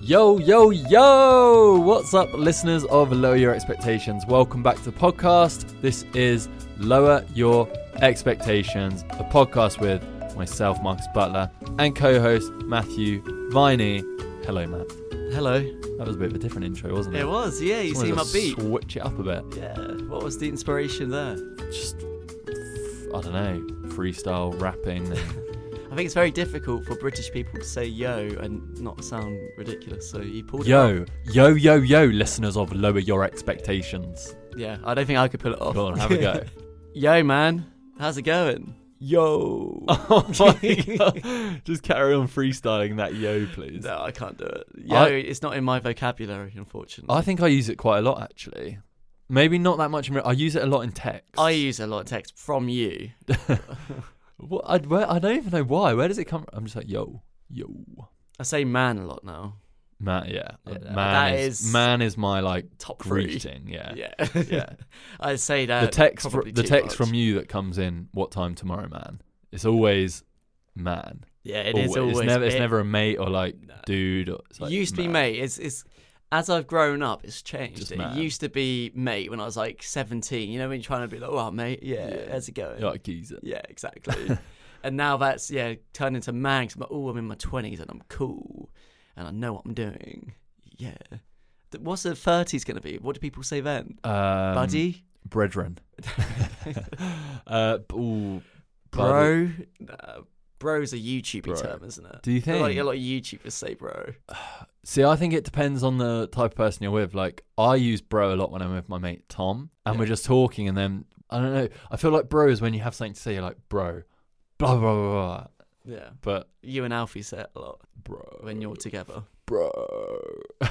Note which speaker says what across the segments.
Speaker 1: Yo, yo, yo! What's up, listeners of Lower Your Expectations? Welcome back to the podcast. This is Lower Your Expectations, a podcast with myself, Marcus Butler, and co host Matthew Viney. Hello, Matt.
Speaker 2: Hello.
Speaker 1: That was a bit of a different intro, wasn't it?
Speaker 2: It was, yeah. You
Speaker 1: Just
Speaker 2: seem
Speaker 1: wanted to
Speaker 2: upbeat.
Speaker 1: Switch it up a bit.
Speaker 2: yeah. What was the inspiration there?
Speaker 1: Just, I don't know, freestyle rapping. and-
Speaker 2: I think it's very difficult for British people to say yo and not sound ridiculous. So you pulled it.
Speaker 1: yo, yo, yo, yo, listeners of Lower Your Expectations.
Speaker 2: off. Yeah. I don't think I could pull it off.
Speaker 1: Go on, have a go.
Speaker 2: yo, man. How's it going? Yo.
Speaker 1: Oh my god. Just carry on freestyling that yo, please.
Speaker 2: no, I can't do it. Yo,
Speaker 1: I-
Speaker 2: it's not in my vocabulary, unfortunately.
Speaker 1: I think I use it quite a lot actually. Maybe not that much in real. I use it a lot in text.
Speaker 2: I use a lot of text from you.
Speaker 1: What- I, where, I don't even know why. Where does it come from? I'm just like yo, yo.
Speaker 2: I say man a lot now.
Speaker 1: Man, yeah. Like,
Speaker 2: Yeah,
Speaker 1: man
Speaker 2: that
Speaker 1: is,
Speaker 2: is
Speaker 1: man is my like
Speaker 2: Top three.
Speaker 1: greeting. Yeah.
Speaker 2: Yeah.
Speaker 1: Yeah.
Speaker 2: I say that.
Speaker 1: The text fr-
Speaker 2: probably
Speaker 1: the
Speaker 2: too
Speaker 1: text
Speaker 2: much.
Speaker 1: from you that comes in. What time tomorrow, man? It's always man.
Speaker 2: Yeah, it is
Speaker 1: Alwa-
Speaker 2: always.
Speaker 1: It's never, it's
Speaker 2: it-
Speaker 1: never a mate or like dude. Or, it's like,
Speaker 2: used to be
Speaker 1: man.
Speaker 2: mate. It's, it's as I've grown up, it's changed.
Speaker 1: Just
Speaker 2: it
Speaker 1: man.
Speaker 2: used to be mate when I was like seventeen. You know, when you're trying to be like, "Oh, mate, yeah,
Speaker 1: Yeah.
Speaker 2: how's it going?"
Speaker 1: You're Like geezer.
Speaker 2: Yeah, exactly. and now that's yeah turned into man. i I'm like, "Oh, I'm in my twenties and I'm cool and I know what I'm doing." Yeah. Th- What's the thirties going to be? What do people say then?
Speaker 1: Um,
Speaker 2: Buddy,
Speaker 1: Brethren. uh, b- ooh, buddy.
Speaker 2: bro. Nah, bro's a YouTuber
Speaker 1: Bro.
Speaker 2: term, isn't it?
Speaker 1: Do you
Speaker 2: I feel Like
Speaker 1: think?
Speaker 2: a lot of YouTubers say bro.
Speaker 1: See, I think it depends on the type of person you're with. Like, I use bro a lot when I'm with my mate Tom, and we're just talking, and then I don't know. I feel like bro is when you have something to say. You're like bro, blah blah blah, blah.
Speaker 2: Yeah.
Speaker 1: but
Speaker 2: You and Alfie say it a lot
Speaker 1: bro
Speaker 2: when you're together.
Speaker 1: bro.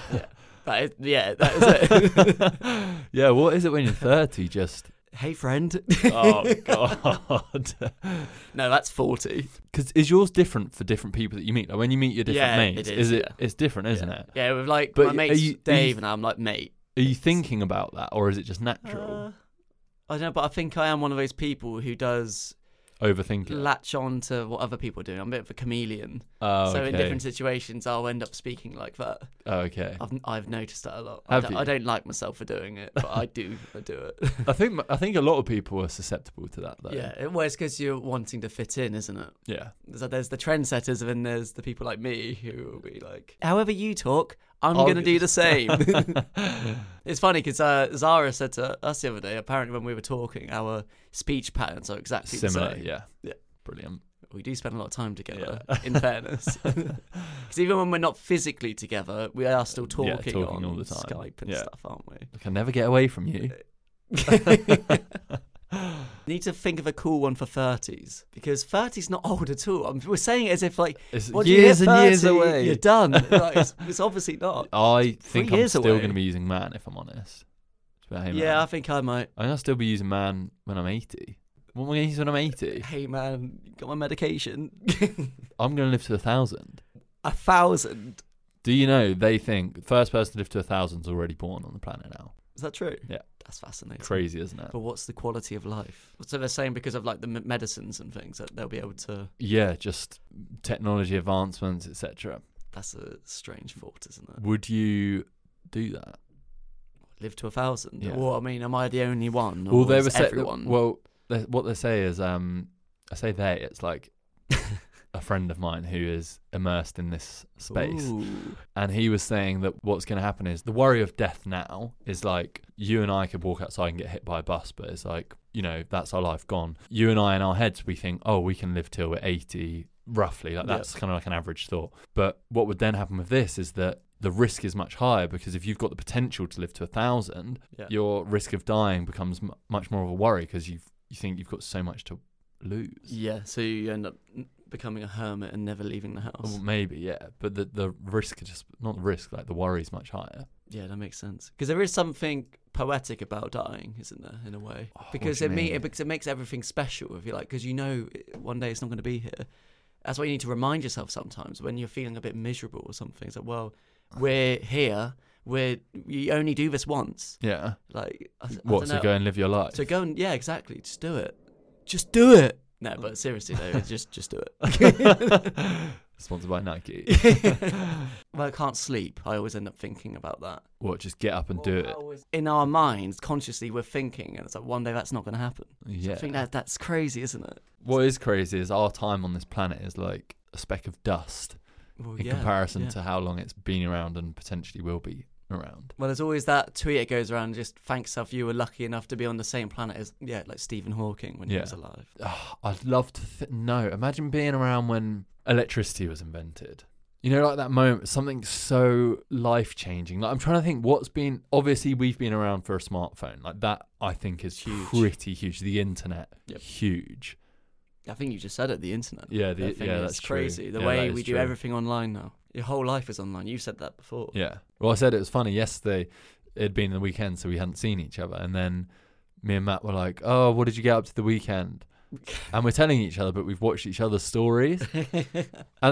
Speaker 2: That is, yeah, that is it.
Speaker 1: yeah, what is it when you're 30? Just
Speaker 2: hey, friend.
Speaker 1: oh god.
Speaker 2: no, that's 40.
Speaker 1: Because is yours different for different people that you meet? Like when you meet your different
Speaker 2: Yeah, it
Speaker 1: mates,
Speaker 2: is,
Speaker 1: it?
Speaker 2: yeah.
Speaker 1: It's different, isn't it?
Speaker 2: Yeah, with like
Speaker 1: But
Speaker 2: my
Speaker 1: are
Speaker 2: mates
Speaker 1: you- are
Speaker 2: Dave
Speaker 1: you-
Speaker 2: and I'm like, mate.
Speaker 1: Are you thinking about that, or is it just natural
Speaker 2: uh, I don't know, but I think I am one of those people who does
Speaker 1: overthinking?
Speaker 2: latch on to what other people do. I'm a bit of a chameleon.
Speaker 1: oh,
Speaker 2: So
Speaker 1: okay.
Speaker 2: in different situations, I'll end up speaking like that.
Speaker 1: oh, okay.
Speaker 2: I've, I've noticed that a lot.
Speaker 1: Have
Speaker 2: I, don't,
Speaker 1: you?
Speaker 2: I don't like myself for doing it, but I do. I do it.
Speaker 1: I think I think a lot of people are susceptible to that though.
Speaker 2: yeah, it- well, it's because you're wanting to fit in, isn't it?
Speaker 1: Yeah.
Speaker 2: There's, there's the trendsetters, and then there's the people like me who will be like, however you talk, I'm
Speaker 1: I'll
Speaker 2: going to
Speaker 1: get-
Speaker 2: do the same. it's funny because uh, Zara said to us the other day, apparently when we were talking, our speech patterns are exactly
Speaker 1: Similar.
Speaker 2: the same.
Speaker 1: Yeah.
Speaker 2: Yeah.
Speaker 1: Brilliant.
Speaker 2: We do spend a lot of time together, in fairness. Because even when we're not physically together, we are still talking,
Speaker 1: Yeah, talking
Speaker 2: on
Speaker 1: all the time.
Speaker 2: Skype and
Speaker 1: Yeah.
Speaker 2: stuff, aren't we?
Speaker 1: I can never get away from you.
Speaker 2: Uh, Need to think of a cool one for 30s because 30s not old at all. I'm, we're saying it as if like
Speaker 1: It's
Speaker 2: once you
Speaker 1: years
Speaker 2: hit
Speaker 1: and years
Speaker 2: 30,
Speaker 1: away.
Speaker 2: You're done. Like, it's, it's obviously not.
Speaker 1: I think
Speaker 2: Three
Speaker 1: I'm
Speaker 2: years
Speaker 1: still
Speaker 2: away.
Speaker 1: going to be using man if I'm honest. It's about, hey, man.
Speaker 2: yeah, I think I might.
Speaker 1: I'm gonna still be using man when I'm 80. What am I gonna use when I'm 80?
Speaker 2: Hey man, got my medication.
Speaker 1: I'm gonna live to a thousand.
Speaker 2: a thousand.
Speaker 1: Do you know they think the first person to live to a thousand's already born on the planet now?
Speaker 2: Is that true?
Speaker 1: Yeah.
Speaker 2: That's fascinating.
Speaker 1: Crazy, isn't it?
Speaker 2: But what's the quality of life? So they're saying because of like the m- medicines and things that they'll be able to.
Speaker 1: Yeah, just technology advancements, etc.
Speaker 2: That's a strange thought, isn't it?
Speaker 1: Would you do that?
Speaker 2: Live to a thousand.
Speaker 1: Yeah.
Speaker 2: Well, I mean, am I the only one? Or
Speaker 1: Well, they
Speaker 2: is
Speaker 1: were say,
Speaker 2: everyone.
Speaker 1: Well, they, what they say is, um, I say they. It's like a friend of mine who is immersed in this space,
Speaker 2: Ooh.
Speaker 1: and he was saying that what's going to happen is the worry of death now is like you and I could walk outside and get hit by a bus, but it's like you know that's our life gone. You and I in our heads we think, oh, we can live till we're eighty, roughly. Like
Speaker 2: Yeah.
Speaker 1: that's kind of like an average thought. But what would then happen with this is that. The risk is much higher because if you've got the potential to live to a thousand,
Speaker 2: Yeah.
Speaker 1: your risk of dying becomes m- much more of a worry because you you think you've got so much to lose.
Speaker 2: Yeah, so you end up n- becoming a hermit and never leaving the house.
Speaker 1: Well, maybe, yeah, but the the risk is just not the risk, like the worry is much higher.
Speaker 2: Yeah, that makes sense. Because there is something poetic about dying, isn't there, in a way?
Speaker 1: Oh, what
Speaker 2: because
Speaker 1: do you
Speaker 2: it me
Speaker 1: mean?
Speaker 2: it, because it makes everything special if you like, because you know it- one day it's not going to be here. That's why you need to remind yourself sometimes when you're feeling a bit miserable or something. It's like, well,
Speaker 1: Uh.
Speaker 2: we're here. We're you only do this once.
Speaker 1: Yeah.
Speaker 2: Like I, I
Speaker 1: What?
Speaker 2: don't
Speaker 1: So
Speaker 2: know.
Speaker 1: go and live your life.
Speaker 2: So go and yeah, exactly. Just do it. Just do it. No, but seriously though, just just do it.
Speaker 1: Sponsored by Nike.
Speaker 2: well, I can't sleep. I always end up thinking about that.
Speaker 1: what? Just get up and do it.
Speaker 2: in our minds consciously we're thinking and it's like one day that's not going to happen
Speaker 1: Yeah.
Speaker 2: i think that that's crazy isn't it
Speaker 1: What is crazy is our time on this planet is like a speck of dust
Speaker 2: well,
Speaker 1: in comparison to how long it's been around and potentially will be around.
Speaker 2: well there's always that tweet that goes around just thank yourself you were lucky enough to be on the same planet as yeah like stephen hawking when he
Speaker 1: Yeah.
Speaker 2: was alive
Speaker 1: Ah, I'd love to th- no. Imagine being around when electricity was invented. You know, like that moment, something so life changing. Like I'm trying to think what's been. Obviously, we've been around for a smartphone. Like that, I think is
Speaker 2: Huge.
Speaker 1: pretty huge. The internet,
Speaker 2: Yep.
Speaker 1: huge.
Speaker 2: i think you just said it the internet
Speaker 1: Yeah, the,
Speaker 2: That thing
Speaker 1: yeah,
Speaker 2: is
Speaker 1: that's true.
Speaker 2: crazy the
Speaker 1: Yeah, that
Speaker 2: way
Speaker 1: is
Speaker 2: we do
Speaker 1: true.
Speaker 2: everything online now your whole life is online you've said that before
Speaker 1: Yeah. Well, I said it was funny yesterday. It'd been the weekend, so we hadn't seen each other, and then me and Matt were like, "Oh, what did you get up to the weekend?" And we're telling each other, but we've watched each other's stories. and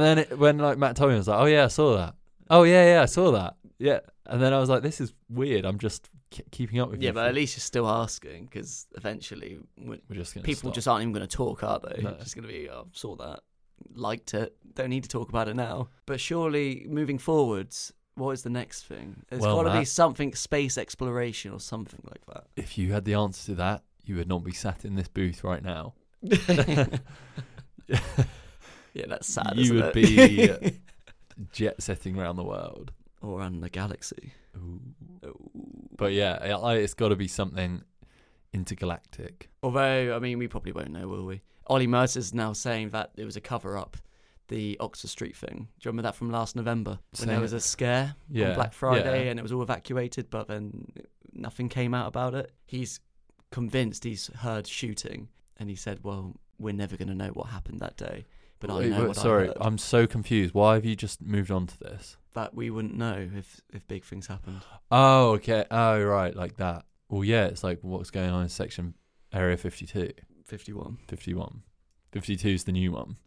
Speaker 1: then it, when like Matt told me, I was like, "Oh yeah, I saw that. Oh yeah, yeah, I saw that. Yeah." And then I was like, "This is weird. I'm just ke- keeping up with
Speaker 2: yeah
Speaker 1: you."
Speaker 2: but at least you're still asking because eventually when-
Speaker 1: we're just gonna
Speaker 2: people
Speaker 1: stop.
Speaker 2: just aren't even going to talk, are they?
Speaker 1: No.
Speaker 2: Just going to be, oh, saw that, liked it, don't need to talk about it now. But surely, moving forwards, what is the next thing? There's
Speaker 1: Well,
Speaker 2: got to be
Speaker 1: Matt-
Speaker 2: something space exploration or something like that.
Speaker 1: if you had the answer to that, you would not be sat in this booth right now.
Speaker 2: Yeah, that's sad.
Speaker 1: You
Speaker 2: isn't
Speaker 1: would
Speaker 2: it?
Speaker 1: be- Jet setting around the world.
Speaker 2: or on the galaxy.
Speaker 1: But yeah, I- I, it's got to be something intergalactic.
Speaker 2: Although, I mean, we probably won't know, will we? Ollie Mercer's now saying that it was a cover up. The Oxford Street thing. Do you remember that from last November when
Speaker 1: Saying-
Speaker 2: there was a scare
Speaker 1: Yeah,
Speaker 2: on Black Friday
Speaker 1: yeah.
Speaker 2: and it was all evacuated, but then nothing came out about it? He's convinced he's heard shooting, and he said, "Well, we're never going to know what happened that day, but I
Speaker 1: Wait,
Speaker 2: know
Speaker 1: wait,
Speaker 2: what
Speaker 1: sorry,
Speaker 2: I heard,
Speaker 1: I'm so confused. Why have you just moved on to this?
Speaker 2: that we wouldn't know if if big things happened."
Speaker 1: Oh, okay. Oh, right, like that. Well, yeah, it's like what's going on in section area 52,
Speaker 2: Fifty one.
Speaker 1: 51. 52 is the new one.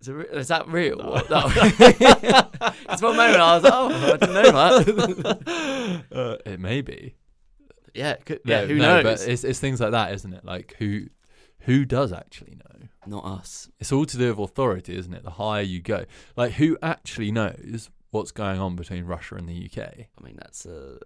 Speaker 2: Is, it re- is that real? What? No. it's one moment I was like, "Oh, I didn't know that."
Speaker 1: Uh, it may be.
Speaker 2: yeah, it could,
Speaker 1: No,
Speaker 2: yeah. Who
Speaker 1: no,
Speaker 2: knows?
Speaker 1: But it's, it's things like that, isn't it? Like who who does actually know?
Speaker 2: Not us.
Speaker 1: It's all to do with authority, isn't it? The higher you go, like who actually knows what's going on between Russia and the UK?
Speaker 2: I mean, that's a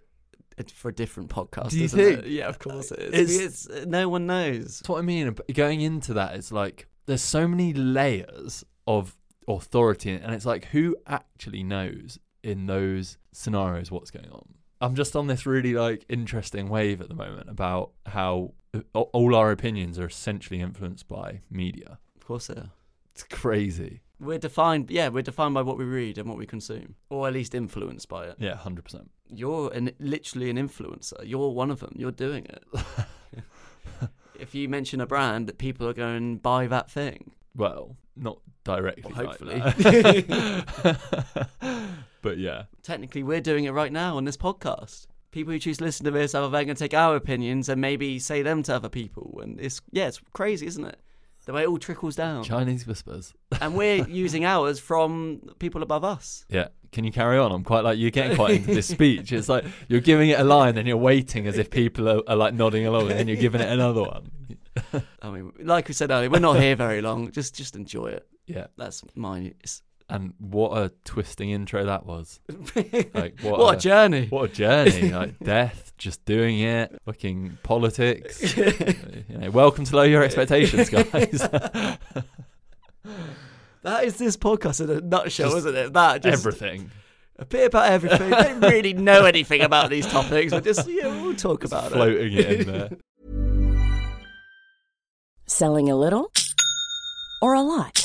Speaker 2: it's for a different podcast.
Speaker 1: Do you
Speaker 2: isn't it?
Speaker 1: think?
Speaker 2: Yeah, of course it
Speaker 1: It's-
Speaker 2: is. It's, no one knows.
Speaker 1: That's what I mean. ab- Going into that, it's like there's so many layers of authority, and it's like who actually knows in those scenarios what's going on. I'm just on this really like interesting wave at the moment about how uh, all- all our opinions are essentially influenced by media.
Speaker 2: Of course it. Is.
Speaker 1: It's crazy.
Speaker 2: We're defined. Yeah, we're defined by what we read and what we consume, or at least influenced by it.
Speaker 1: Yeah, hundred percent.
Speaker 2: You're an, literally an influencer. You're one of them. You're doing it. if you mention a brand, that people are going and buy that thing.
Speaker 1: Well, not directly.
Speaker 2: Well,
Speaker 1: like
Speaker 2: hopefully.
Speaker 1: that. but yeah,
Speaker 2: Technically, we're doing it right now on this podcast. People who choose to listen to this are then going to take our opinions and maybe say them to other people. And it's yeah, it's crazy, isn't it? The way it all trickles down.
Speaker 1: Chinese whispers.
Speaker 2: and we're using ours from people above us.
Speaker 1: Yeah. Can you carry on? I'm quite like you're getting quite into this speech. It's like you're giving it a line, then you're waiting as if people are, are like nodding along, and then you're giving it another one.
Speaker 2: I mean, like we said earlier, we're not here very long. Just, just enjoy it.
Speaker 1: Yeah.
Speaker 2: That's mine. It's,
Speaker 1: And what a twisting intro that was. Like what,
Speaker 2: what a
Speaker 1: a,
Speaker 2: journey!
Speaker 1: what a journey. Like death, just doing it, fucking politics. you know, welcome to lower your expectations, guys.
Speaker 2: That is this podcast in a nutshell,
Speaker 1: Just
Speaker 2: isn't it? That just
Speaker 1: Everything.
Speaker 2: a bit about everything. don't really know anything about these topics, but just yeah, we'll talk about it.
Speaker 1: Floating it in there.
Speaker 3: Selling a little or a lot?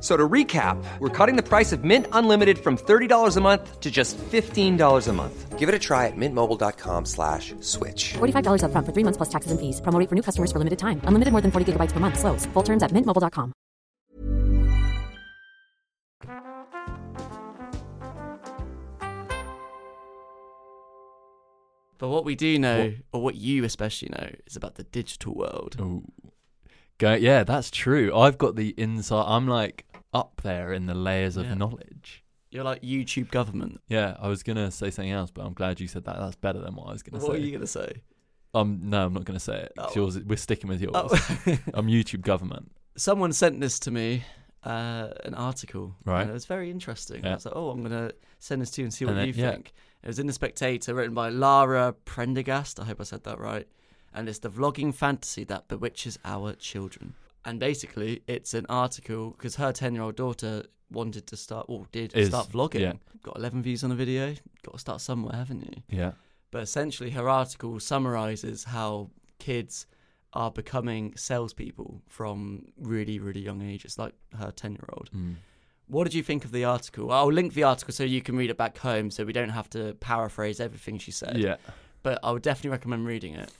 Speaker 4: So to recap, we're cutting the price of Mint Unlimited from $30 a month to just $15 a month. Give it a try at mintmobile.com slash switch.
Speaker 5: $45 upfront for three months plus taxes and fees. Promo rate for new customers for limited time. Unlimited more than 40 gigabytes per month. Slows. Full terms at mintmobile.com.
Speaker 2: But what we do know, or what you especially know, is about the digital world.
Speaker 1: Go, yeah, that's true. I've got the insight. I'm like up there in the layers of
Speaker 2: Yeah.
Speaker 1: knowledge.
Speaker 2: You're like YouTube government.
Speaker 1: Yeah, I was gonna say something else, but I'm glad you said that. That's better than what I was gonna
Speaker 2: What are
Speaker 1: say.
Speaker 2: you gonna say?
Speaker 1: Um, no, I'm not gonna say it. It's
Speaker 2: Oh.
Speaker 1: yours. We're sticking with yours.
Speaker 2: Oh.
Speaker 1: I'm YouTube government.
Speaker 2: someone sent this to me uh, an article
Speaker 1: Right.
Speaker 2: and it was very interesting
Speaker 1: Yeah.
Speaker 2: i was like oh i'm gonna send this to you and see what
Speaker 1: And
Speaker 2: you
Speaker 1: then- yeah.
Speaker 2: think it was in the spectator written by lara prendergast i hope i said that right and it's the vlogging fantasy that bewitches our children and basically it's an article because her 10 year old daughter wanted to start or did
Speaker 1: Is-
Speaker 2: start vlogging
Speaker 1: yeah.
Speaker 2: got 11 views on a video got to start somewhere haven't you
Speaker 1: Yeah.
Speaker 2: but essentially her article summarizes how kids are becoming salespeople from really really young ages like her 10 year old what did you think of the article i'll link the article so you can read it back home so we don't have to paraphrase everything she said
Speaker 1: Yeah.
Speaker 2: but i would definitely recommend reading it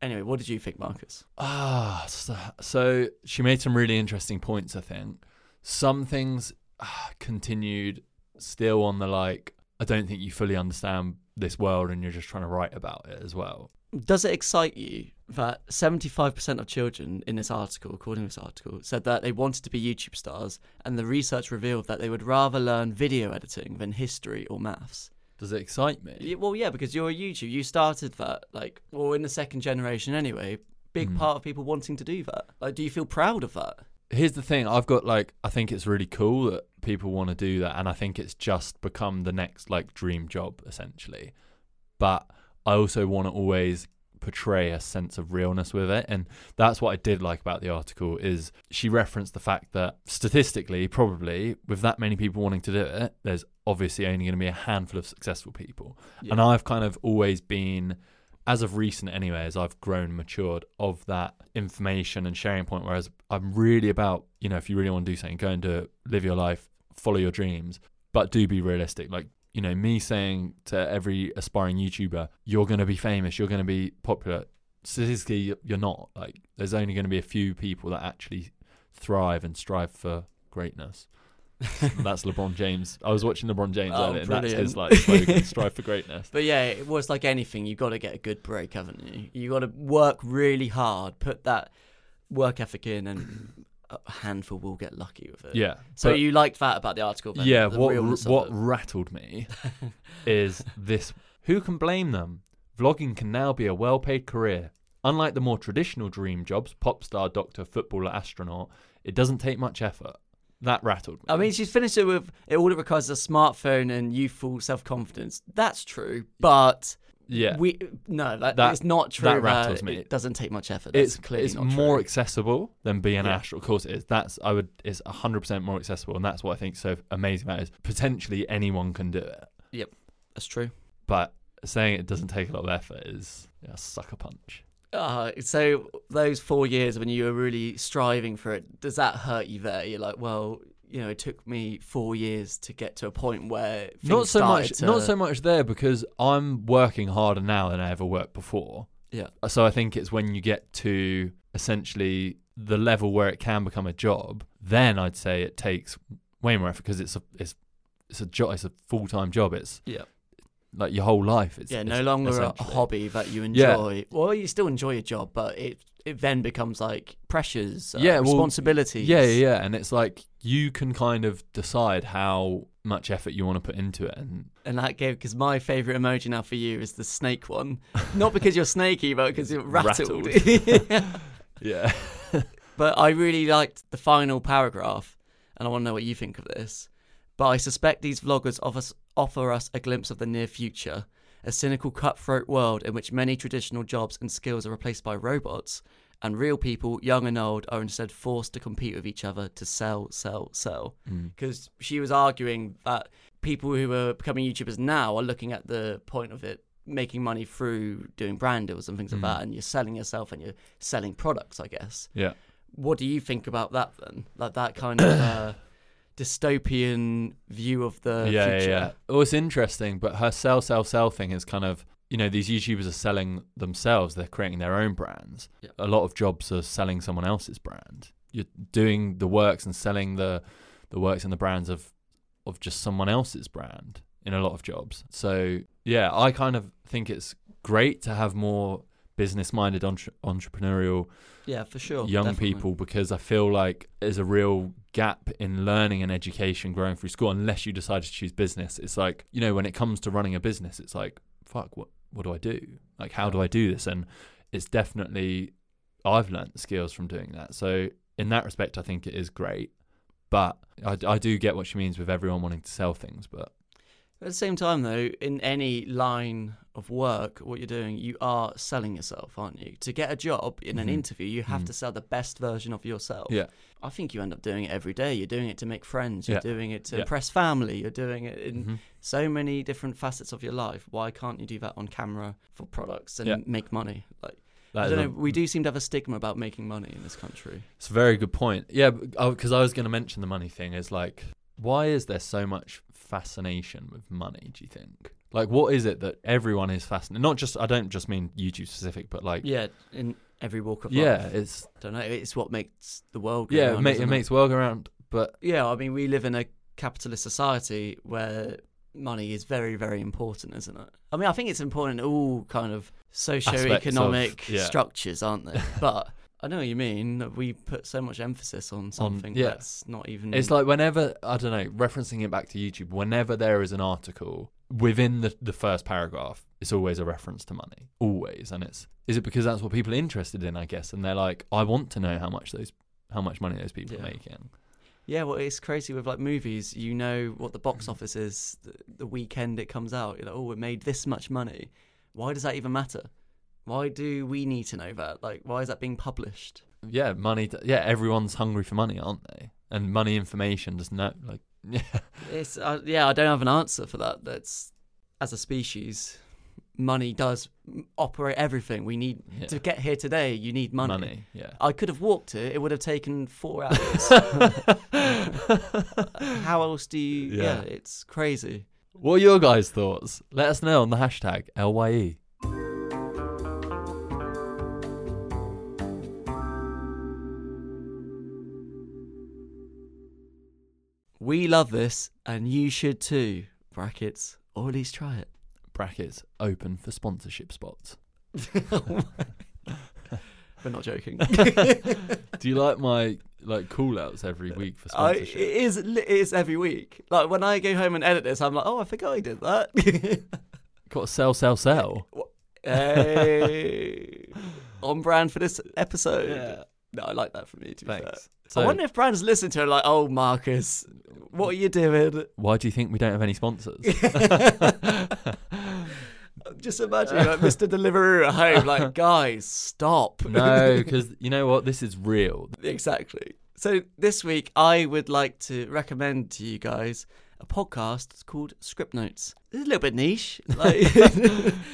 Speaker 2: anyway what did you think marcus
Speaker 1: Ah, so, so she made some really interesting points. I think some things ah, continued still on the like. I don't think you fully understand this world, and you're just trying to write about it as well.
Speaker 2: does it excite you that 75% of children in this article, according to this article, said that they wanted to be YouTube stars, and the research revealed that they would rather learn video editing than history or maths?
Speaker 1: Does it excite me?
Speaker 2: Yeah, well, yeah, because you're a YouTube. You started that, like, well, in the second generation anyway. Big part of people wanting to do that. Like, do you feel proud of that?
Speaker 1: here's the thing i've got like i think it's really cool that people want to do that and i think it's just become the next like dream job essentially but i also want to always portray a sense of realness with it and that's what i did like about the article is she referenced the fact that statistically probably with that many people wanting to do it there's obviously only going to be a handful of successful people and i've kind of always been as of recent anyway, as I've grown matured of that information and sharing point, whereas I'm really about, you know, if you really want to do something, go and do it, live your life, follow your dreams, but do be realistic. Like, you know, me saying to every aspiring YouTuber, you're going to be famous, you're going to be popular. Statistically, you're not. Like, there's only going to be a few people that actually thrive and strive for greatness. that's LeBron James. I was watching LeBron James
Speaker 2: Oh,
Speaker 1: earlier, and that's his like
Speaker 2: brilliant.
Speaker 1: slogan, strive for greatness.
Speaker 2: But yeah, it was like anything. You've got to get a good break, haven't you? you got to work really hard, put that work ethic in, and a handful will get lucky with it.
Speaker 1: Yeah,
Speaker 2: So
Speaker 1: but-
Speaker 2: you liked that about the article? Then,
Speaker 1: yeah,
Speaker 2: the
Speaker 1: what
Speaker 2: realness of
Speaker 1: what
Speaker 2: it.
Speaker 1: rattled me is this: who can blame them? Vlogging can now be a well-paid career. Unlike the more traditional dream jobs, pop star, doctor, footballer, astronaut, it doesn't take much effort. That rattled me.
Speaker 2: I mean, she's finished it with it. All it requires is a smartphone and youthful self-confidence. That's true, but
Speaker 1: yeah,
Speaker 2: we no, that,
Speaker 1: That-
Speaker 2: it's not true. uh,
Speaker 1: that rattles me.
Speaker 2: It doesn't take much effort.
Speaker 1: it's
Speaker 2: That's clearly
Speaker 1: it's
Speaker 2: not
Speaker 1: more
Speaker 2: true.
Speaker 1: accessible than being an
Speaker 2: Yeah.
Speaker 1: astronaut. Of course, it is. That's I would. It's hundred percent more accessible, and that's what I think so amazing about it is potentially anyone can do it.
Speaker 2: Yep, that's true.
Speaker 1: But saying it doesn't take a lot of effort is yeah, a sucker punch.
Speaker 2: Uh, so those four years when you were really striving for it, does that hurt you there? You're like, well, you know, it took me four years to get to a point where things
Speaker 1: not so
Speaker 2: started
Speaker 1: much
Speaker 2: to-
Speaker 1: not so much there because i'm working harder now than i ever worked before
Speaker 2: Yeah,
Speaker 1: so i think it's when you get to essentially the level where it can become a job then i'd say it takes way more effort because it's a it's it's a job it's a full-time job it's
Speaker 2: yeah.
Speaker 1: like your whole life. It's,
Speaker 2: yeah, no
Speaker 1: it's
Speaker 2: longer a- a
Speaker 1: essentially-
Speaker 2: hobby that you
Speaker 1: Yeah.
Speaker 2: enjoy. Well, you still enjoy your job, but it it then becomes like pressures, uh,
Speaker 1: Yeah, well,
Speaker 2: responsibilities.
Speaker 1: Yeah, yeah, yeah, and it's like you can kind of decide how much effort you want to put into it, and
Speaker 2: And that gave because my favorite emoji now for you is the snake one, not because you're snaky, but because you're rattled.
Speaker 1: yeah,
Speaker 2: But I really liked the final paragraph, and I want to know what you think of this. But I suspect these vloggers offer us, offer us a glimpse of the near future, a cynical, cutthroat world in which many traditional jobs and skills are replaced by robots, and real people, young and old, are instead forced to compete with each other to sell, sell, sell. Because she was arguing that people who are becoming YouTubers now are looking at the point of it making money through doing brand deals and things like that, and you're selling yourself and you're selling products, I guess
Speaker 1: yeah.
Speaker 2: what do you think about that then? Like that kind of uh, dystopian view of the
Speaker 1: yeah, yeah,
Speaker 2: future.
Speaker 1: yeah. Well, it's interesting, but her sell, sell, sell thing is kind of you know these YouTubers are selling themselves. They're creating their own brands.
Speaker 2: Yeah.
Speaker 1: A lot of jobs are selling someone else's brand. You're doing the works and selling the the works and the brands of of just someone else's brand in a lot of jobs. So yeah, I kind of think it's great to have more business minded entre- entrepreneurial
Speaker 2: Yeah, for sure.
Speaker 1: young
Speaker 2: definitely.
Speaker 1: people because I feel like there's a real gap in learning and education growing through school unless you decide to choose business. It's like, you know, when it comes to running a business, it's like, fuck, what what do I do? Like how do I do this? And it's definitely I've learnt skills from doing that. So in that respect I think it is great. But I, I do get what she means with everyone wanting to sell things, but
Speaker 2: At the same time, though, in any line of work, what you're doing, you are selling yourself, aren't you? To get a job in an interview, you have to sell the best version of yourself.
Speaker 1: Mm-hmm. yeah.
Speaker 2: I think you end up doing it every day. You're doing it to make friends. You're
Speaker 1: Yeah.
Speaker 2: doing it
Speaker 1: Yeah.
Speaker 2: to
Speaker 1: Mm-hmm.
Speaker 2: impress family. You're doing it in so many different facets of your life. Why can't you do that on camera for products and
Speaker 1: Yeah.
Speaker 2: make money? Like,
Speaker 1: That
Speaker 2: I
Speaker 1: is
Speaker 2: don't
Speaker 1: a-
Speaker 2: know. We do seem to have a stigma about making money in this country.
Speaker 1: It's a very good point. Yeah, because I was going to mention the money thing is like, why is there so much fascination with money? Do you think? Like, what is it that everyone is fascinated? Not just I don't just mean YouTube specific, but like,
Speaker 2: Yeah, in every walk of
Speaker 1: yeah,
Speaker 2: life.
Speaker 1: it's
Speaker 2: I don't know. It's what makes the world. Go
Speaker 1: yeah, it,
Speaker 2: round,
Speaker 1: ma-
Speaker 2: isn't
Speaker 1: it makes world go round. But
Speaker 2: Yeah, I mean, we live in a capitalist society where money is very, very important, isn't it? I mean, I think it's important in all kind of socio-economic
Speaker 1: Aspects of- yeah.
Speaker 2: structures, aren't they? but I know what you mean. that We put so much emphasis on something
Speaker 1: yeah.
Speaker 2: that's not even.
Speaker 1: It's like whenever I don't know, referencing it back to YouTube, whenever there is an article within the, the first paragraph, it's always a reference to money. Always. And it's is it because that's what people are interested in, I guess, and they're like, I want to know how much those how much money those people are
Speaker 2: Yeah.
Speaker 1: making.
Speaker 2: yeah, well, it's crazy with like movies. You know what the
Speaker 1: Mm-hmm.
Speaker 2: box office is the, the weekend it comes out. You're like, oh, it made this much money. Why does that even matter? Why do we need to know that? Like, why is that being published?
Speaker 1: Yeah, money yeah, everyone's hungry for money, aren't they? And money information does not like yeah.
Speaker 2: It's uh, yeah, I don't have an answer for that. That's as a species, money does m- operate everything. We need
Speaker 1: Yeah.
Speaker 2: to get here today. You need money. Uh,
Speaker 1: Money, yeah.
Speaker 2: I could have walked it. It would have taken four hours. How else do you?
Speaker 1: Yeah.
Speaker 2: Yeah, it's crazy.
Speaker 1: What are your guys' thoughts? Let us know on the hashtag E, LYE.
Speaker 2: We love this, and you should too. Brackets, or at least try it.
Speaker 1: Brackets open for sponsorship spots.
Speaker 2: We're not joking.
Speaker 1: Do you like my like call outs every week for
Speaker 2: Uh, I,
Speaker 1: sponsorship?
Speaker 2: it is. li- It is every week. Like when I go home and edit this, I'm like, oh, I forgot I did that.
Speaker 1: Got to sell, sell, sell.
Speaker 2: Hey, on brand for this episode.
Speaker 1: Yeah.
Speaker 2: No, I like that from you. To be fair.
Speaker 1: Thanks. So,
Speaker 2: I wonder if brands listen to it like, "Oh, Marcus, what are you doing?"
Speaker 1: why do you think we don't have any sponsors?
Speaker 2: Just imagine like Mr. Deliveroo at home, like, guys, stop.
Speaker 1: no, because you know what? This is real.
Speaker 2: exactly. So this week, I would like to recommend to you guys a podcast called Script Notes. It's a little bit niche. Like,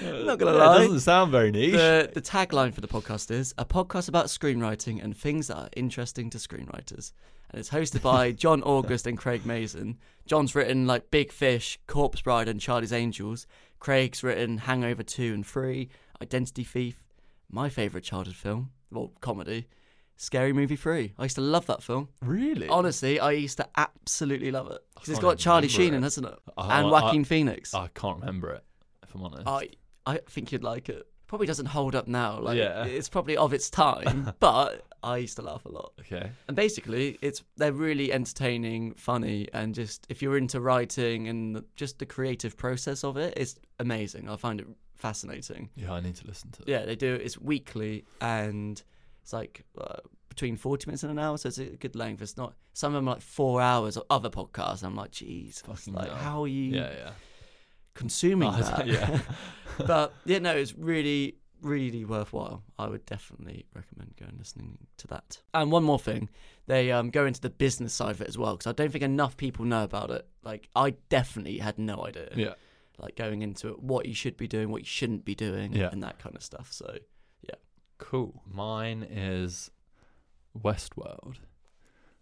Speaker 2: I'm not gonna lie.
Speaker 1: sound very niche.
Speaker 2: the, the tagline for the podcast is a podcast about screenwriting and things that are interesting to screenwriters. And it's hosted by John August and Craig Mason. John's written like Big Fish, Corpse Bride, and Charlie's Angels. Craig's written Hangover 2 and 3, Identity Thief, my favourite childhood film, well, comedy, Scary Movie 3. I used to love that film.
Speaker 1: really?
Speaker 2: Honestly, I used to absolutely love it. Because it's
Speaker 1: can't
Speaker 2: got Charlie
Speaker 1: remember
Speaker 2: Sheen
Speaker 1: it. Oh,
Speaker 2: in, hasn't it?
Speaker 1: I-
Speaker 2: and
Speaker 1: I-
Speaker 2: Joaquin Phoenix.
Speaker 1: I can't remember it. if I'm honest.
Speaker 2: I I think you'd like it. Probably doesn't hold up now. Like
Speaker 1: Yeah.
Speaker 2: it's probably of its time, but I used to laugh a lot.
Speaker 1: okay.
Speaker 2: And basically, it's they're really entertaining, funny, and just if you're into writing and the- just the creative process of it, it's amazing. I find it fascinating.
Speaker 1: Yeah, I need to listen to it.
Speaker 2: Yeah, they do. It's weekly, and it's like uh, between forty minutes and an hour, so it's a good length. It's not some of them are like four hours of other podcasts. and I'm like, jeez,
Speaker 1: Fucking
Speaker 2: like
Speaker 1: hell.
Speaker 2: how are you
Speaker 1: Yeah, yeah.
Speaker 2: consuming
Speaker 1: Oh,
Speaker 2: that?
Speaker 1: yeah.
Speaker 2: but yeah, no, it's really, really worthwhile. I would definitely recommend going listening to that. And one more thing, they um, go into the business side of it as well because I don't think enough people know about it. Like I definitely had no idea.
Speaker 1: Yeah.
Speaker 2: Like going into it, what you should be doing, what you shouldn't be doing,
Speaker 1: Yeah.
Speaker 2: and that kind of stuff. So
Speaker 1: Cool. Mine is Westworld,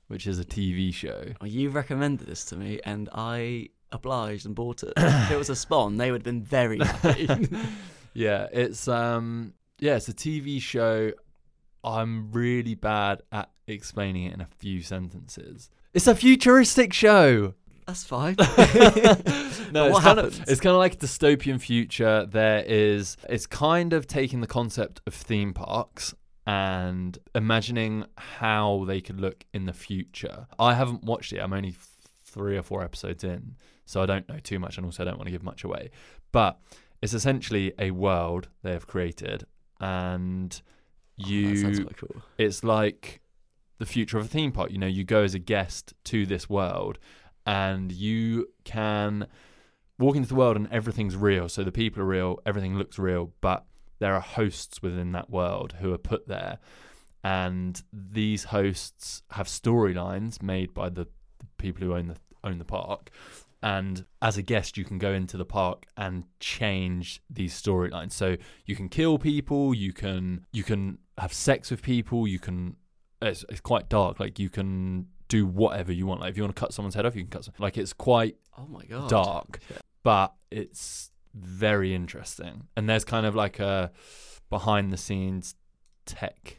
Speaker 1: which is a TV show.
Speaker 2: well, you recommended this to me, and I obliged and bought it. if it was a spawn, they would have been very happy.
Speaker 1: yeah, it's um yeah, it's a TV show. I'm really bad at explaining it in a few sentences. It's a futuristic show.
Speaker 2: That's fine.
Speaker 1: no,
Speaker 2: what
Speaker 1: it's kind, of,
Speaker 2: happens?
Speaker 1: it's kind of like a dystopian future. There is, it's kind of taking the concept of theme parks and imagining how they could look in the future. I haven't watched it. I'm only f- three or four episodes in, so I don't know too much, and also I don't want to give much away. But it's essentially a world they have created, and you
Speaker 2: Oh, that sounds quite cool.
Speaker 1: it's like the future of a theme park. You know, you go as a guest to this world and you can walk into the world and everything's real. So the people are real, everything looks real, but there are hosts within that world who are put there. And these hosts have storylines made by the, the people who own the own the park. And as a guest, you can go into the park and change these storylines. So you can kill people, you can you can have sex with people, you can it's, it's quite dark. Like you can do whatever you want. Like if you want to cut someone's head off, you can cut. Some, like it's quite
Speaker 2: Oh my god.
Speaker 1: dark, but it's very interesting. And there's kind of like a behind the scenes tech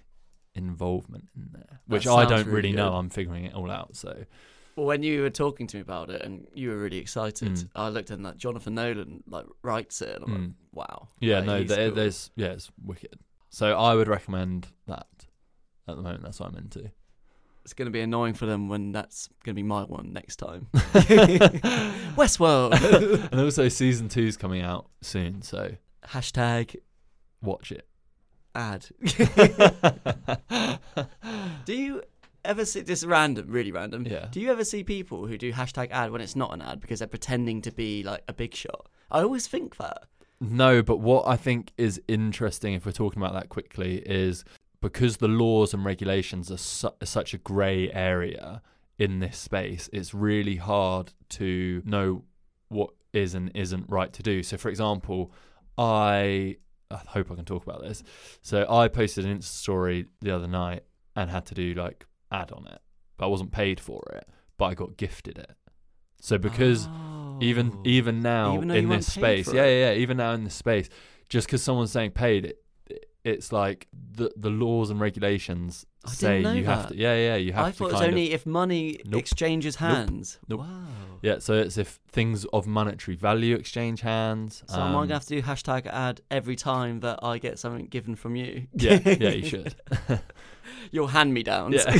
Speaker 1: involvement in there, which I
Speaker 2: sounds
Speaker 1: don't really,
Speaker 2: really
Speaker 1: know.
Speaker 2: good.
Speaker 1: I'm figuring it all out. So
Speaker 2: Well, when you were talking to me about it and you were really excited,
Speaker 1: Mm.
Speaker 2: I looked and that Jonathan Nolan like writes it, and I'm
Speaker 1: Mm.
Speaker 2: like, wow.
Speaker 1: yeah,
Speaker 2: Like,
Speaker 1: no,
Speaker 2: he's
Speaker 1: there,
Speaker 2: cool.
Speaker 1: there's yeah, it's wicked. So I would recommend that. At the moment, that's what I'm into.
Speaker 2: It's going to be annoying for them when that's going to be my one next time. Westworld
Speaker 1: and also, season two's coming out soon, so
Speaker 2: hashtag
Speaker 1: watch it.
Speaker 2: ad. do you ever see this random, really random?
Speaker 1: Yeah.
Speaker 2: Do you ever see people who do hashtag ad when it's not an ad because they're pretending to be like a big shot? I always think that.
Speaker 1: No, but what I think is interesting, if we're talking about that quickly, is because the laws and regulations are su- are such a grey area in this space, it's really hard to know what is and isn't right to do. So, for example, I, I hope I can talk about this. So, I posted an Insta story the other night and had to do like ad on it, but I wasn't paid for it, but I got gifted it. So, because
Speaker 2: Ah.
Speaker 1: even
Speaker 2: Oh.
Speaker 1: even now
Speaker 2: Even though
Speaker 1: in
Speaker 2: you weren't
Speaker 1: this
Speaker 2: paid
Speaker 1: space
Speaker 2: for
Speaker 1: yeah
Speaker 2: it.
Speaker 1: yeah yeah, even now in this space just because someone's saying paid it, it's like the the laws and regulations
Speaker 2: I didn't
Speaker 1: say
Speaker 2: know
Speaker 1: you have
Speaker 2: that.
Speaker 1: to yeah yeah you have
Speaker 2: I
Speaker 1: to
Speaker 2: thought it was
Speaker 1: kind of-
Speaker 2: only if money
Speaker 1: Nope.
Speaker 2: exchanges
Speaker 1: Nope.
Speaker 2: hands.
Speaker 1: Nope.
Speaker 2: Wow.
Speaker 1: yeah so it's if things of monetary value exchange hands
Speaker 2: So am I
Speaker 1: um,
Speaker 2: gonna have to do hashtag ad every time that I get something given from you?
Speaker 1: yeah yeah you should
Speaker 2: Your hand me downs.
Speaker 1: yeah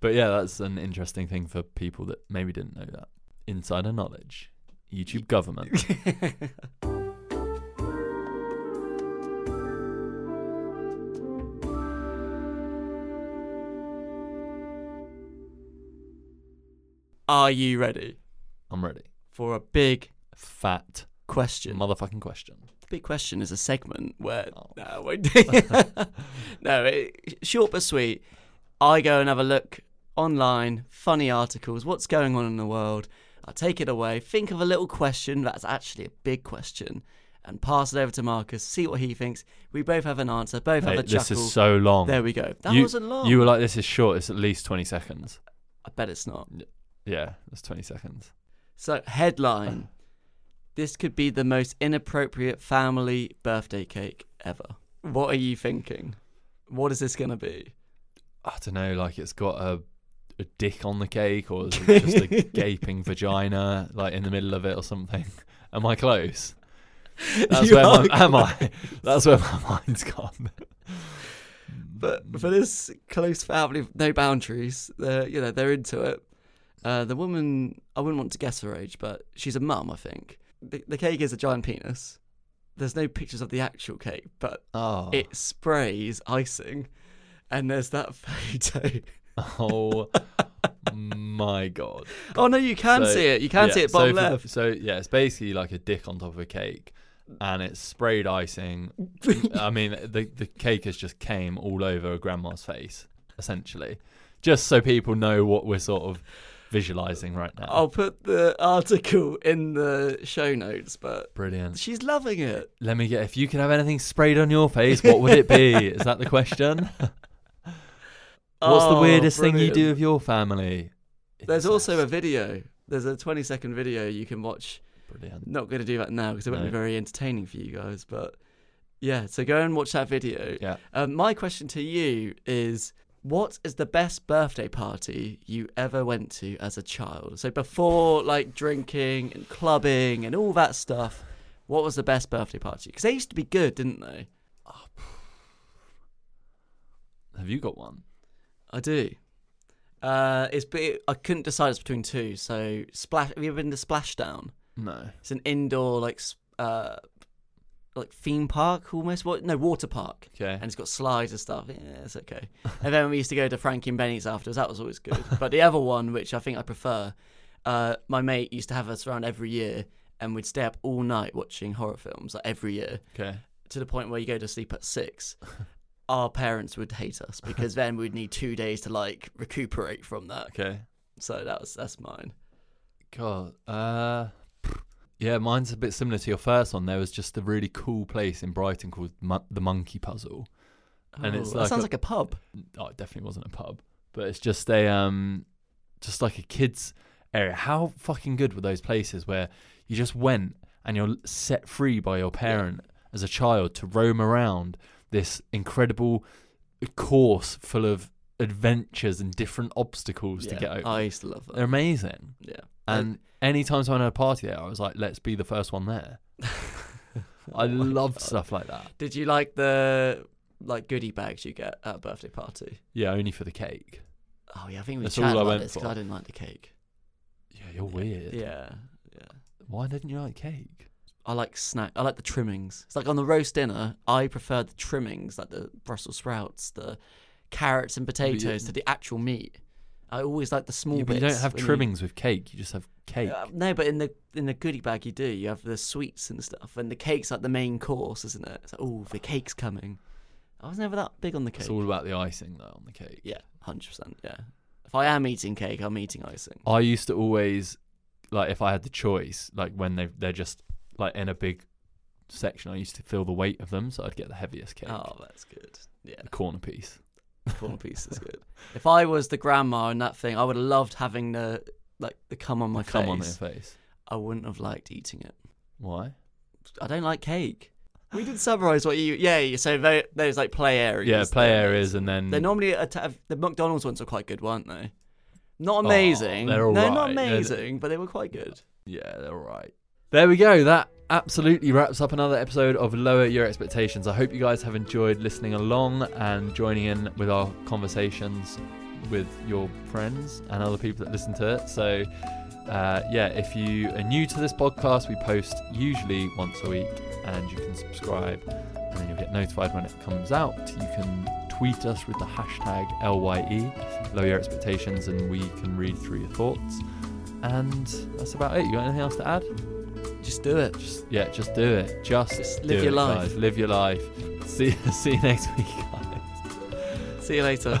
Speaker 1: but yeah that's an interesting thing for people that maybe didn't know that insider knowledge YouTube government
Speaker 2: Are you ready
Speaker 1: I'm ready
Speaker 2: for a big
Speaker 1: fat
Speaker 2: question?
Speaker 1: motherfucking question
Speaker 2: Big question is a segment where
Speaker 1: Oh.
Speaker 2: no, I won't- no, it, short but sweet. I go and have a look online, funny articles, what's going on in the world. I take it away, think of a little question that's actually a big question, and pass it over to Marcus. See what he thinks. We both have an answer. Both have
Speaker 1: Hey,
Speaker 2: a
Speaker 1: this
Speaker 2: chuckle.
Speaker 1: is so long
Speaker 2: There we go. That
Speaker 1: you,
Speaker 2: wasn't long.
Speaker 1: You were like, this is short. It's at least 20 seconds.
Speaker 2: I bet it's not.
Speaker 1: Yeah, that's 20 seconds.
Speaker 2: So headline: This could be the most inappropriate family birthday cake ever. What are you thinking? What is this gonna be?
Speaker 1: I don't know, like it's got a, a dick on the cake or is it just a gaping vagina like in the middle of it or something. Am I close? That's
Speaker 2: You
Speaker 1: where
Speaker 2: are
Speaker 1: my, am I? That's where my mind's gone.
Speaker 2: But for this close family, with no boundaries. They're, you know, they're into it. Uh, the woman, I wouldn't want to guess her age, but she's a mum, I think. The, the cake is a giant penis. There's no pictures of the actual cake, but
Speaker 1: Oh,
Speaker 2: it sprays icing. And there's that photo.
Speaker 1: oh my god!
Speaker 2: Oh no, you can
Speaker 1: So,
Speaker 2: see it. You can
Speaker 1: yeah,
Speaker 2: see it bottom
Speaker 1: so for-
Speaker 2: left.
Speaker 1: So yeah, it's basically like a dick on top of a cake, and it's sprayed icing. I mean, the the cake has just came all over grandma's face, essentially, just so people know what we're sort of visualizing right now.
Speaker 2: I'll put the article in the show notes, but
Speaker 1: brilliant!
Speaker 2: she's loving it.
Speaker 1: Let me get. If you could have anything sprayed on your face, what would it be? Is that the question? What's the
Speaker 2: Oh,
Speaker 1: weirdest thing you do
Speaker 2: brilliant.
Speaker 1: with your family?
Speaker 2: There's also a
Speaker 1: Incest.
Speaker 2: video. There's a 20 second video you can watch.
Speaker 1: brilliant.
Speaker 2: Not going to do that now because it won't be
Speaker 1: No.
Speaker 2: very entertaining for you guys, but yeah, so go and watch that video.
Speaker 1: Yeah.
Speaker 2: Um, my question to you is what is the best birthday party you ever went to as a child? So before like drinking and clubbing and all that stuff, what was the best birthday party? Because they used to be good, didn't they?
Speaker 1: Have you got one?
Speaker 2: I do. Uh, it's be- I couldn't decide it's between two. So splash. Have you ever been to Splashdown?
Speaker 1: No.
Speaker 2: It's an indoor like s- uh, like theme park almost. What? No, water park.
Speaker 1: Okay.
Speaker 2: And it's got slides and stuff. Yeah, it's okay. and then we used to go to Frankie and Benny's afterwards. That was always good. but the other one, which I think I prefer, uh, my mate used to have us around every year, and we'd stay up all night watching horror films like every year
Speaker 1: Okay.
Speaker 2: to the point where you go to sleep at six, our parents would hate us because then we'd need two days to like recuperate from that.
Speaker 1: Okay.
Speaker 2: So that was that's mine.
Speaker 1: God. Uh, yeah, mine's a bit similar to your first one. There was just a really cool place in Brighton called Mon- the Monkey Puzzle. And it's
Speaker 2: that
Speaker 1: like
Speaker 2: sounds
Speaker 1: a-
Speaker 2: like a pub.
Speaker 1: Oh, it definitely wasn't a pub, but it's just a um, just like a kids area. How fucking good were those places where you just went and you're set free by your parent as a child to roam around this incredible course full of adventures and different obstacles to
Speaker 2: Yeah,
Speaker 1: get over.
Speaker 2: I used to love that.
Speaker 1: They're amazing.
Speaker 2: yeah.
Speaker 1: And anytime someone had a party there, I was like, let's be the first one there. I
Speaker 2: Oh
Speaker 1: loved stuff like that.
Speaker 2: Did you like the like goodie bags you get at a birthday party?
Speaker 1: Yeah, only for the cake.
Speaker 2: Oh yeah, I think we
Speaker 1: That's
Speaker 2: chatted
Speaker 1: all I
Speaker 2: about
Speaker 1: went
Speaker 2: this 'cause
Speaker 1: for.
Speaker 2: I didn't like the cake.
Speaker 1: Yeah, you're weird.
Speaker 2: Yeah, yeah.
Speaker 1: Why didn't you like cake?
Speaker 2: I like snack. I like the trimmings. It's like on the roast dinner, I prefer the trimmings, like the Brussels sprouts, the carrots and potatoes, to the actual meat. I always like the small
Speaker 1: Yeah, but
Speaker 2: bits.
Speaker 1: you don't have
Speaker 2: when
Speaker 1: trimmings with cake. You just have cake.
Speaker 2: Uh, no, but in the in the goodie bag you do. You have the sweets and stuff, and the cake's like the main course, isn't it? It's like, oh, the cake's coming. I was never that big on the cake.
Speaker 1: It's all about the icing, though, on the cake.
Speaker 2: yeah, hundred percent. Yeah. If I am eating cake, I'm eating icing.
Speaker 1: I used to always, like, if I had the choice, like when they they're just like in a big section, I used to feel the weight of them, so I'd get the heaviest cake,
Speaker 2: Oh, that's good. Yeah.
Speaker 1: the corner piece.
Speaker 2: corner piece is good. If I was the grandma in that thing, I would have loved having the like the cum on my
Speaker 1: Come
Speaker 2: face.
Speaker 1: on, their face.
Speaker 2: I wouldn't have liked eating it.
Speaker 1: Why?
Speaker 2: I don't like cake. We did summarise what you yeah. So tho- those like play areas.
Speaker 1: Yeah, play
Speaker 2: there.
Speaker 1: areas, and then
Speaker 2: They're normally at- the McDonald's ones are quite good, weren't they? Not
Speaker 1: Oh,
Speaker 2: amazing.
Speaker 1: they're all
Speaker 2: no,
Speaker 1: right.
Speaker 2: not
Speaker 1: They're-
Speaker 2: amazing, but they were quite good.
Speaker 1: Yeah, they're all right. There we go. That absolutely wraps up another episode of Lower Your Expectations. I hope you guys have enjoyed listening along and joining in with our conversations with your friends and other people that listen to it. So, uh, yeah, if you are new to this podcast, we post usually once a week, and you can subscribe, and then you'll get notified when it comes out. You can tweet us with the hashtag LYE, Lower Your Expectations, and we can read through your thoughts. And that's about it. You got anything else to add?
Speaker 2: Just do it.
Speaker 1: Just yeah, just do it. Just,
Speaker 2: Just
Speaker 1: do
Speaker 2: live your
Speaker 1: it,
Speaker 2: life.
Speaker 1: guys. Live your life. See see you next week, guys.
Speaker 2: See you later.